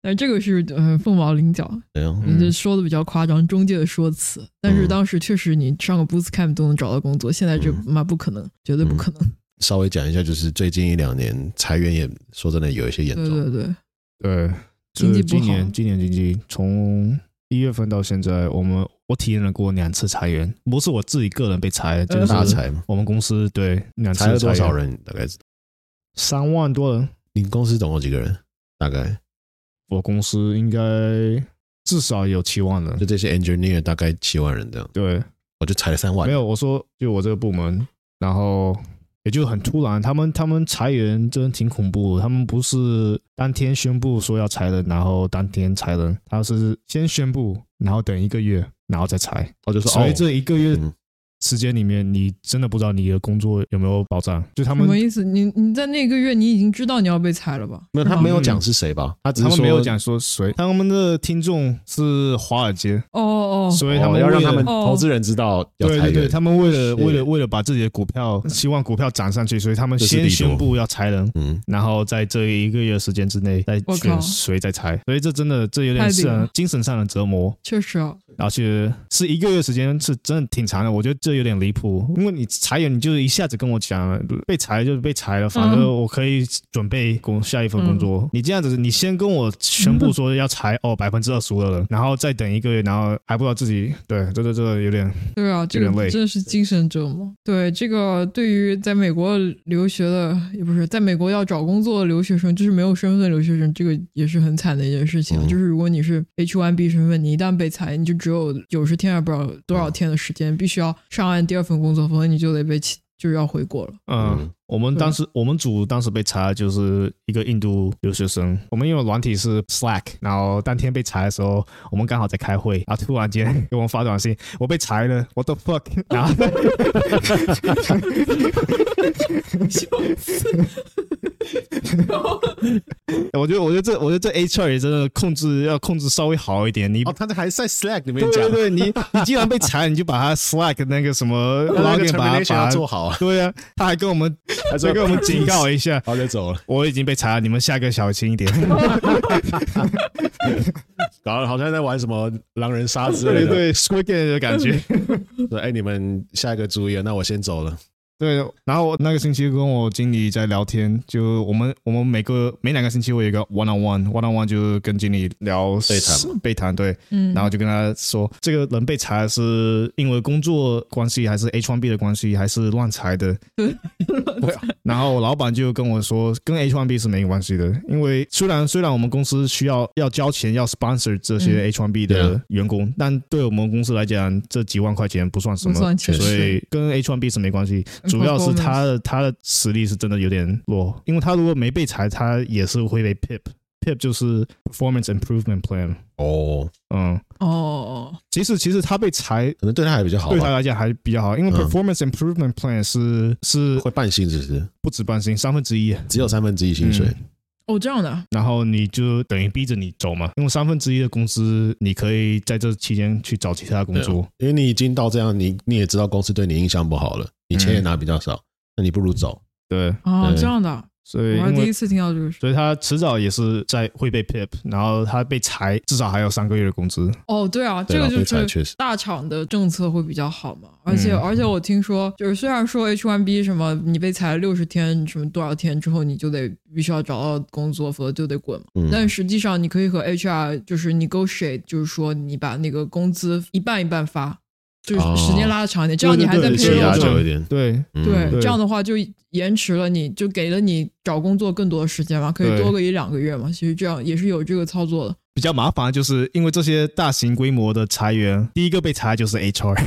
Speaker 4: 但这个是嗯、呃凤毛麟角，
Speaker 1: 对啊，
Speaker 2: 嗯
Speaker 4: 你这说的比较夸张，中介的说辞。但是当时确实你上个 Bootcamp 都能找到工作，现在这
Speaker 1: 嗯
Speaker 4: 妈不可能，绝对不可能。
Speaker 1: 稍微讲一下，就是最近一两年裁员也说真的有一些严
Speaker 4: 对
Speaker 1: 重，
Speaker 4: 对对，
Speaker 2: 对，
Speaker 4: 经济
Speaker 2: 这
Speaker 4: 不
Speaker 2: 今年
Speaker 4: 好
Speaker 2: 今年经济从一月份到现在，我们我体验了过两次裁员，不是我自己个人被裁，
Speaker 4: 嗯
Speaker 2: 就是
Speaker 1: 大裁嘛，
Speaker 2: 我们公司对两次
Speaker 1: 呃裁了多少
Speaker 2: 员？
Speaker 1: 人？大概知道
Speaker 2: 三万多人。
Speaker 1: 你公司总共几个人？大概
Speaker 2: 嗯我公司应该至少有七万人
Speaker 1: 就。这些 engineer 大概七万人这样，
Speaker 2: 对，
Speaker 1: 我就裁了三万，
Speaker 2: 没有我说就我这个部门，然后也就很突然，他们他们裁员真的挺恐怖的。他们不是当天宣布说要裁人，然后当天裁人，他是先宣布，然后等一个月，然后再裁。
Speaker 1: 我就说
Speaker 2: 所
Speaker 1: 哦
Speaker 2: 以，这一个月
Speaker 1: 嗯
Speaker 2: 时间里面，你真的不知道你的工作有没有保
Speaker 1: 嗯
Speaker 2: 障。就他
Speaker 4: 什么
Speaker 2: 们
Speaker 4: 意思？你你在那个月你已经知道你要被裁了吧？
Speaker 1: 没有
Speaker 4: 是
Speaker 1: 他
Speaker 4: 吗
Speaker 1: 没有讲是谁吧？他只
Speaker 2: 嗯他
Speaker 1: 是
Speaker 2: 们
Speaker 1: 说
Speaker 2: 没有讲说谁，他们的听众是华尔街，
Speaker 4: 哦哦，
Speaker 2: 所以他
Speaker 1: 哦
Speaker 2: 们
Speaker 1: 要让
Speaker 2: 为了
Speaker 1: 他们
Speaker 4: 哦
Speaker 1: 投资人知道要
Speaker 2: 对
Speaker 1: 裁
Speaker 2: 对对，
Speaker 1: 员，
Speaker 2: 他们为了
Speaker 1: 是
Speaker 2: 为了为了把自己的股票，希望股票涨上去，所以他们
Speaker 1: 这是利
Speaker 2: 先
Speaker 1: 多
Speaker 2: 宣布要裁人，
Speaker 1: 嗯，
Speaker 2: 然后在这一个月的时间之内再
Speaker 4: 我靠
Speaker 2: 选谁再裁，所以这真的这有点
Speaker 4: 太厉害
Speaker 2: 是
Speaker 4: 了
Speaker 2: 精神上的折磨，
Speaker 4: 确实啊，
Speaker 2: 而且是一个月时间是真的挺长的，我觉得这有点离谱，因为你裁员你就是一下子跟我讲了被裁就是被裁了，反正我可以准备工下一份工作，你这样子你先跟我宣布说要裁哦百分之二十五的人，然后再等一个月，然后还不知道自己对这这这有点
Speaker 4: 对啊，这
Speaker 2: 有点累
Speaker 4: 个真的是精神折磨。对，这个对于在美国留学的，也不是在美国要找工作的留学生，就是没有身份的留学生，这个也是很惨的一件事情啊。
Speaker 1: 嗯
Speaker 4: 就是如果你是 H1B 身份，你一旦被裁，你就只有九十天还不知道多少天的时间，必须要上岸第二份工作，否则你就得被起就是要回国了。
Speaker 2: 嗯
Speaker 1: 嗯，
Speaker 2: 我们
Speaker 4: 对
Speaker 2: 当时我们组当时被裁就是一个印度留学生，我们因为软体是 Slack，然后当天被裁的时候，我们刚好在开会，然后突然间给我们发短信，我被裁了，What
Speaker 1: *laughs*
Speaker 2: the fuck？然后
Speaker 1: *laughs*
Speaker 2: 我觉得我觉得这我觉得这 HR 也真的控制要控制稍微好一点，你
Speaker 1: 哦，他还在 Slack 里面
Speaker 2: 对
Speaker 1: 讲
Speaker 2: 对，对，你 *laughs* 你既然被裁，你就把他 Slack 那个什么
Speaker 1: *laughs* 那
Speaker 2: 拉
Speaker 1: 个
Speaker 2: 链把
Speaker 1: termination
Speaker 2: 它
Speaker 1: 要
Speaker 2: 把
Speaker 1: 做
Speaker 2: 它。
Speaker 1: 好啊，
Speaker 2: 对啊，他还跟我们， *laughs*
Speaker 1: *laughs* 他
Speaker 2: 还
Speaker 1: 说
Speaker 2: 跟我们警告一下，
Speaker 1: 好就走了，
Speaker 2: 我已经被查了，你们下个小心一 *laughs* 点。
Speaker 1: 然后好像在玩什么狼人杀之类
Speaker 2: 对
Speaker 1: 的，
Speaker 2: 对，Squid Game 的感觉。
Speaker 1: 说哎，你们下一个注意啊了，那我先走了。
Speaker 2: 对，然后我那个星期跟我经理在聊天，就我们我们每个每两个星期我有一个 one on one，one on one 就是跟经理聊
Speaker 1: 对谈
Speaker 2: 备谈对，
Speaker 4: 嗯，
Speaker 2: 然后就跟他说，这个人被裁是因为工作关系，还是 H1B 的关系，还是乱裁的？ *laughs* 对。啊然后我老板就跟我说，跟 H1B 是没关系的，因为虽然虽然我们公司需要要交钱要 sponsor 这
Speaker 4: 嗯
Speaker 2: 些 H1B
Speaker 1: 对
Speaker 2: 的
Speaker 1: 啊
Speaker 2: 员工，但对我们公司来讲，这几万块钱不算什么，
Speaker 4: 不算嗯钱
Speaker 2: 所以跟 H1B 是没关系。主要是他的他的实力是真的有点弱，因为他如果没被裁，他也是会被 pip。PIP 就是 Performance Improvement Plan，
Speaker 1: 哦，
Speaker 2: 嗯，
Speaker 4: 哦哦，哦
Speaker 2: 其实其实他被裁
Speaker 1: 可能对他还比较好啊
Speaker 2: 对他
Speaker 1: 吧，
Speaker 2: 来讲还比较好，因为
Speaker 1: 嗯
Speaker 2: performance improvement plan 是是
Speaker 1: 会半薪只是
Speaker 2: 不止半薪，三分之一。嗯
Speaker 1: 只有三分之一薪水，
Speaker 4: 哦这样的啊，
Speaker 2: 然后你就等于逼着你走嘛，因为三分之一的工资，你可以在这期间去找其他工作。
Speaker 1: 因为你已经到这样，你你也知道公司对你印象不好了，你钱也拿比较少，那你不如走。
Speaker 2: 对，
Speaker 4: 哦
Speaker 1: 对
Speaker 4: 这样的啊，
Speaker 2: 所以
Speaker 4: 我还
Speaker 2: 因
Speaker 4: 第
Speaker 2: 为
Speaker 4: 一次听到这个事。
Speaker 2: 所以他迟早也是在会被 pip，然后他被裁，至少还有三个月的工资。
Speaker 4: 哦，对啊，
Speaker 1: 对
Speaker 4: 这个
Speaker 1: 啊被
Speaker 4: 就
Speaker 1: 裁
Speaker 4: 是
Speaker 1: 确实
Speaker 4: 大厂的政策会比较好嘛，而且、
Speaker 2: 嗯
Speaker 4: 而且我听说，就是虽然说 H1B 什么你被裁六十天什么多少天之后，你就得必须要找到工作，否则就得滚嘛。
Speaker 1: 嗯
Speaker 4: 但实际上你可以和 HR 就是 negotiate，就是说你把那个工资一半一半发，就是时间拉的长一点，这样你还在
Speaker 2: 对
Speaker 1: 气
Speaker 2: 对对
Speaker 1: 压
Speaker 4: payroll
Speaker 2: 对
Speaker 4: 中。
Speaker 1: 久一点，
Speaker 2: 对，
Speaker 1: 嗯
Speaker 4: 对，
Speaker 2: 对
Speaker 4: 这样的话就延迟了你，就给了你找工作更多的时间嘛，可以
Speaker 2: 对
Speaker 4: 多个一两个月嘛。其实这样也是有这个操作的。
Speaker 2: 比较麻烦，就是因为这些大型规模的裁员，第一个被裁就是 HR，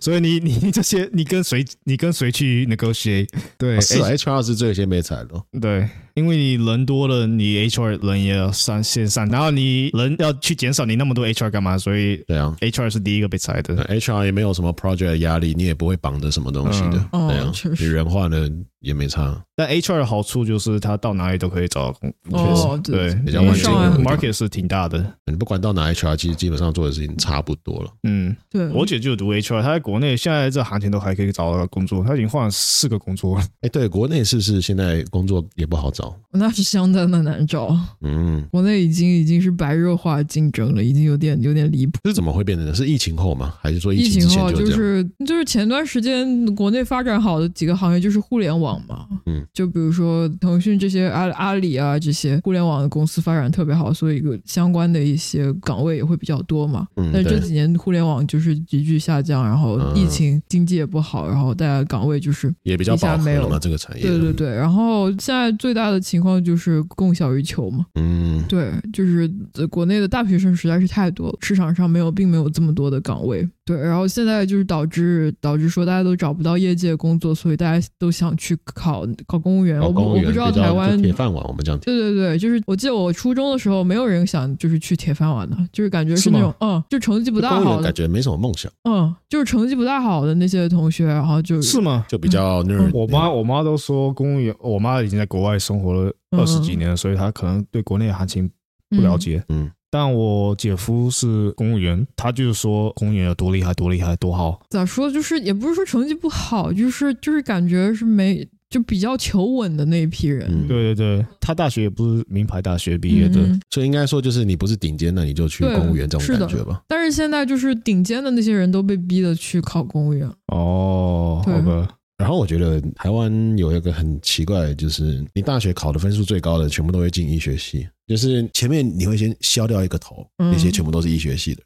Speaker 2: 所以 *laughs* 你你这些你跟谁你跟谁去 negotiate？对，
Speaker 1: 是啊 HR 是最先被裁的哦，
Speaker 2: 对，因为你人多了，你 HR 人也要上线上，然后你人要去减少你那么多 HR 干嘛？所以
Speaker 1: 对啊。
Speaker 2: HR 是第一个被裁的。
Speaker 1: 那 HR 也没有什么 project 的压力，你也不会绑着什么东西的，
Speaker 4: 嗯
Speaker 1: 对
Speaker 4: 哦
Speaker 1: 啊，
Speaker 4: 确
Speaker 1: 你
Speaker 4: 实
Speaker 1: 人换了也没差。
Speaker 2: 但 HR 的好处就是他到哪里都可以找到工作。
Speaker 4: 哦，
Speaker 2: 对，
Speaker 1: 比较
Speaker 2: 因为
Speaker 1: 稳定
Speaker 2: 上 market 是挺大的。
Speaker 1: 你不管到哪 HR，其实基本上做的事情差不多了。
Speaker 2: 嗯，
Speaker 4: 对，
Speaker 2: 我姐就有读 HR，她在国内现在这行情都还可以找到工作，她已经换了四个工作了。
Speaker 1: 哎，对，国内是不是现在工作也不好找？
Speaker 4: 那是相当的难找。
Speaker 1: 嗯，
Speaker 4: 国内已经已经是白热化竞争了，已经有点有点离谱。
Speaker 1: 这怎么会变成的？是疫情后吗？还是说疫
Speaker 4: 疫
Speaker 1: 情之
Speaker 4: 情
Speaker 1: 前
Speaker 4: 后
Speaker 1: 就
Speaker 4: 就
Speaker 1: 这样？
Speaker 4: 是就是前段时间国内发展好的几个行业就是互联网嘛，
Speaker 1: 嗯，
Speaker 4: 就比如说腾讯这些阿阿里啊这些互联网的公司发展特别好，所以个相关的一些岗位也会比较多嘛。
Speaker 1: 嗯，
Speaker 4: 但是这
Speaker 1: 对，嗯
Speaker 4: 几年互联网就是急剧下降，然后疫情、经济也不好，然后大家岗位就是
Speaker 1: 也比较
Speaker 4: 底下
Speaker 1: 饱和
Speaker 4: 没
Speaker 1: 了
Speaker 4: 有
Speaker 1: 嘛，这个产业。
Speaker 4: 对对，对，然后现在最大的情况就是供小于求嘛。
Speaker 1: 嗯，
Speaker 4: 对，就是呃国内的大学生实在是太多了，市场上没有并没有这么多的岗位。对，然后现在就是导致导致说大家都找不到业界工作，所以大家都想去考考公务员。
Speaker 1: 搞
Speaker 4: 我不
Speaker 1: 哦公务
Speaker 4: 我
Speaker 1: 员
Speaker 4: 不知道
Speaker 1: 比较
Speaker 4: 台湾
Speaker 1: 就铁饭碗，我们这样
Speaker 4: 对对对，就是我记得我初中的时候，没有人想就是去铁饭碗的，就是感觉是那
Speaker 2: 是
Speaker 4: 种
Speaker 2: 吗
Speaker 4: 嗯，就成绩不大
Speaker 1: 公务
Speaker 4: 好
Speaker 1: 员
Speaker 4: 的
Speaker 1: 感，觉没什么梦想，
Speaker 4: 嗯，就是成绩不大好的那些同学，然后
Speaker 1: 嗯
Speaker 4: 就是
Speaker 2: 吗？
Speaker 1: 就比较
Speaker 4: 嗯
Speaker 1: nerd。
Speaker 2: 我妈我妈都说公务员，我妈已经在国外生活了
Speaker 1: 嗯
Speaker 2: 二十几年了，所以她可能对国内的行情不了解。
Speaker 1: 嗯嗯
Speaker 2: 但我姐夫是公务员，他就是说公务员有多厉害，多厉害，多好。
Speaker 4: 咋说，就是也不是说成绩不好，就是就是感觉是没就比较求稳的那一批人。
Speaker 1: 嗯，，
Speaker 2: 对对对，他大学也不是名牌大学毕业的，
Speaker 4: 嗯
Speaker 1: 所以应该说就是你不是顶尖，那你就去
Speaker 4: 对
Speaker 1: 公务员这种
Speaker 4: 是
Speaker 1: 感
Speaker 4: 的
Speaker 1: 觉吧。
Speaker 4: 但是现在就是顶尖的那些人都被逼的去考公务员，
Speaker 2: 哦，
Speaker 4: 对
Speaker 1: 啊
Speaker 2: 好吧，
Speaker 1: 然后我觉得台湾有一个很奇怪，就是你大学考的分数最高的，全部都会进医学系。就是前面你会先削掉一个头，
Speaker 4: 嗯
Speaker 1: 那些全部都是医学系的。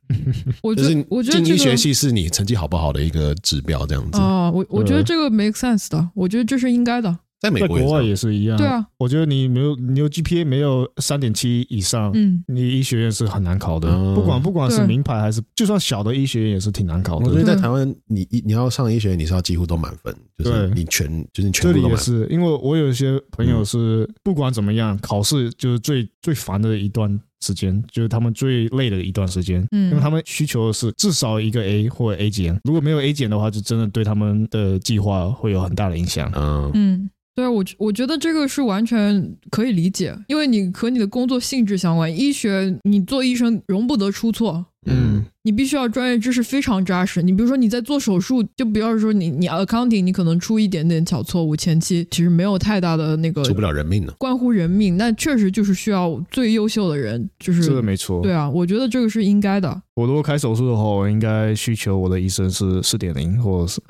Speaker 4: 我觉
Speaker 1: 就
Speaker 4: 得、
Speaker 1: 是
Speaker 4: 我觉得
Speaker 1: 进
Speaker 4: 这
Speaker 1: 医学
Speaker 4: 个
Speaker 1: 系是你成绩好不好的一个指标，这样子。
Speaker 4: 啊，我我觉得
Speaker 1: 嗯
Speaker 2: 对
Speaker 4: 这个 make sense 的，我觉得这是应该的，
Speaker 1: 在美
Speaker 2: 在
Speaker 1: 国也
Speaker 2: 国
Speaker 1: 是啊
Speaker 2: 外
Speaker 1: 这样
Speaker 2: 也是一样。
Speaker 4: 对，啊，
Speaker 2: 我觉得你没有你有 GPA 没有三点七以上，
Speaker 4: 嗯，
Speaker 2: 你医学院是很难考的，
Speaker 1: 嗯
Speaker 2: 不管不管是
Speaker 4: 对
Speaker 2: 名牌还是就算小的医学院也是挺难考
Speaker 1: 我觉得
Speaker 2: 的。
Speaker 1: 在
Speaker 4: 对
Speaker 1: 台湾，你一你要上医学，你是要几乎都满分，就是
Speaker 2: 对
Speaker 1: 你全就是你全
Speaker 2: 这
Speaker 1: 部
Speaker 2: 里
Speaker 1: 都嗯
Speaker 2: 也
Speaker 1: 满分。
Speaker 2: 是，因为我有一些朋友是不管怎么样，考试就是最最烦的一段时间，就是他们最累的一段时间，
Speaker 4: 嗯
Speaker 2: 因为他们需求的是至少一个 A 或者 A 减，如果没有 A 减的话，就真的对他们的计划会有很大的影响。
Speaker 1: 嗯，
Speaker 4: 嗯，对啊，我觉我觉得这个是完全可以理解，因为你和你的工作性质相关。医学，你做医生容不得出错。
Speaker 1: 嗯，
Speaker 4: 你必须要专业知识非常扎实。你比如说你在做手术，就不要说你你 accounting，你可能出一点点小错误，前期其实没有太大的那个
Speaker 1: 出不了人命啊的。
Speaker 4: 关乎人命，那确实就是需要最优秀的人，就是
Speaker 2: 这个没错。
Speaker 4: 对啊，我觉得这个是应该
Speaker 2: *laughs*
Speaker 4: 的。 *laughs*
Speaker 2: 我如果开手术的话，我应该需求我的医生是四点零，或者是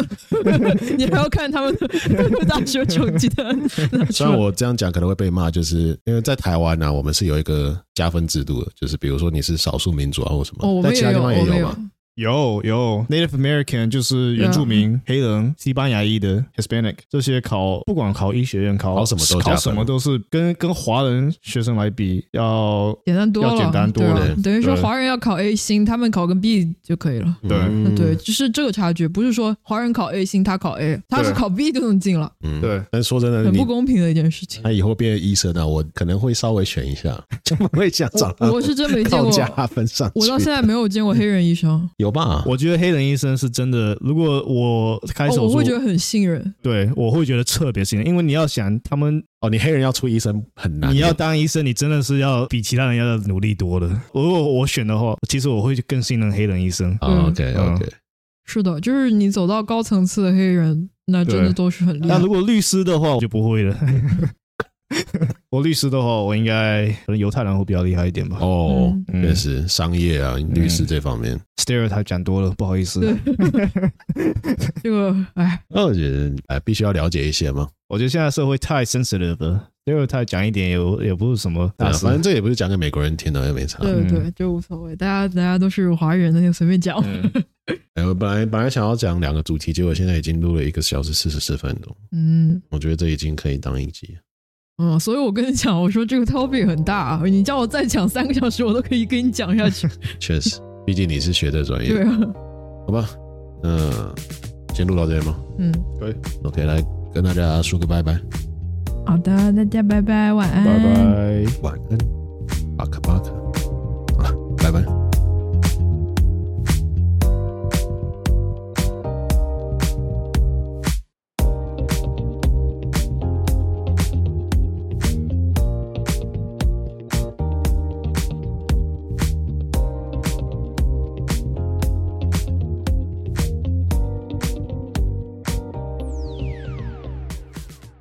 Speaker 4: 你还要看他们的
Speaker 2: *laughs*
Speaker 4: 大学成绩的。
Speaker 1: 虽然我这样讲可能会被骂，就是因为在台湾呢、啊我们是有一个加分制度的，就是比如说你是少数民族啊或什么，
Speaker 4: 哦，我
Speaker 1: 在
Speaker 4: 们也
Speaker 1: 其他地
Speaker 4: 有，
Speaker 1: 方
Speaker 4: 我们
Speaker 1: 有
Speaker 4: 有
Speaker 1: 嘛。，
Speaker 2: 有有 Native American 就是
Speaker 4: 对啊
Speaker 2: 原住民、黑人、西班牙裔的 Hispanic 这些考不管考医学院考
Speaker 1: 考什么都加分
Speaker 2: 考什么都是跟跟华人学生来比要
Speaker 4: 简单多了，
Speaker 2: 要简单多
Speaker 4: 对啊
Speaker 2: 了
Speaker 4: 等于说
Speaker 2: 对
Speaker 4: 华人要考 A 星，他们考个 B 就可以了。
Speaker 2: 对
Speaker 1: 嗯
Speaker 4: 对，就是这个差距，不是说华人考 A 星，他考 A，他是考 B 就能进了，
Speaker 1: 嗯
Speaker 2: 对
Speaker 1: 但说
Speaker 2: 呃
Speaker 1: 真的，
Speaker 4: 很
Speaker 1: 你
Speaker 4: 不公平的一件事情。
Speaker 2: 哎
Speaker 1: 他以后变医生呢、我可能会稍微选一下，就不会想找他
Speaker 4: *laughs* 我我是
Speaker 2: *laughs*
Speaker 4: 真没见
Speaker 1: 靠
Speaker 4: 过，
Speaker 1: 加分上去。
Speaker 4: 我到现在没有见过黑人医生，
Speaker 1: 有吧？
Speaker 2: 我觉得黑人医生是真的，如果我开
Speaker 4: 哦
Speaker 2: 手术，
Speaker 4: 我会觉得很信任。
Speaker 2: 对我会觉得特别幸运，因为你要想他们，
Speaker 1: 哦，你黑人要出医生很难。
Speaker 2: 你要当医生，你真的是要比其他人要努力多的。如果我选的话，其实我会更信任黑人医生。
Speaker 4: 嗯
Speaker 1: 啊 OK OK，
Speaker 4: 是的，就是你走到高层次的黑人，那真的
Speaker 2: 对
Speaker 4: 都是很厉
Speaker 2: *laughs* 那
Speaker 4: 害
Speaker 2: 如。果律师的话，我就不
Speaker 1: *laughs*
Speaker 2: 会了。我律师的话，我应该可能犹太人会比较厉害一点吧。
Speaker 1: 哦，
Speaker 2: 嗯
Speaker 1: 确实商业啊，律师这方面。
Speaker 2: stereotype 讲多了，不好意思。
Speaker 4: 对，这个哎，
Speaker 1: 那我觉得哎，必须要了解一些嘛。
Speaker 2: 我觉得现在社会太 sensitive 了，stereotype 讲一点也也不是什么
Speaker 1: 对啊
Speaker 2: 大事
Speaker 1: 反。正这也不是讲给美国人听的，也没差。
Speaker 4: 对对，就无所谓，大家大家都是华人的，那就随便 *laughs* 讲。
Speaker 2: 嗯
Speaker 1: 哎，我本来本来想要讲两个主题，结果现在已经录了一个小时四十四分钟，
Speaker 4: 嗯，
Speaker 1: 我觉得这已经可以当一集。
Speaker 4: 嗯，所以我跟你讲，我说这个 topic 很大啊，你叫我再讲三个小时，我都可以跟你讲下去。
Speaker 1: 确实，毕竟你是学这专业
Speaker 4: *laughs* 对，啊，
Speaker 1: 好吧？嗯，先录到这里吗
Speaker 4: 嗯，
Speaker 1: ？OK，来跟大家说个拜拜，
Speaker 4: 好的，大家拜拜，晚安，
Speaker 2: 拜拜。
Speaker 1: 晚安，巴卡巴卡。啊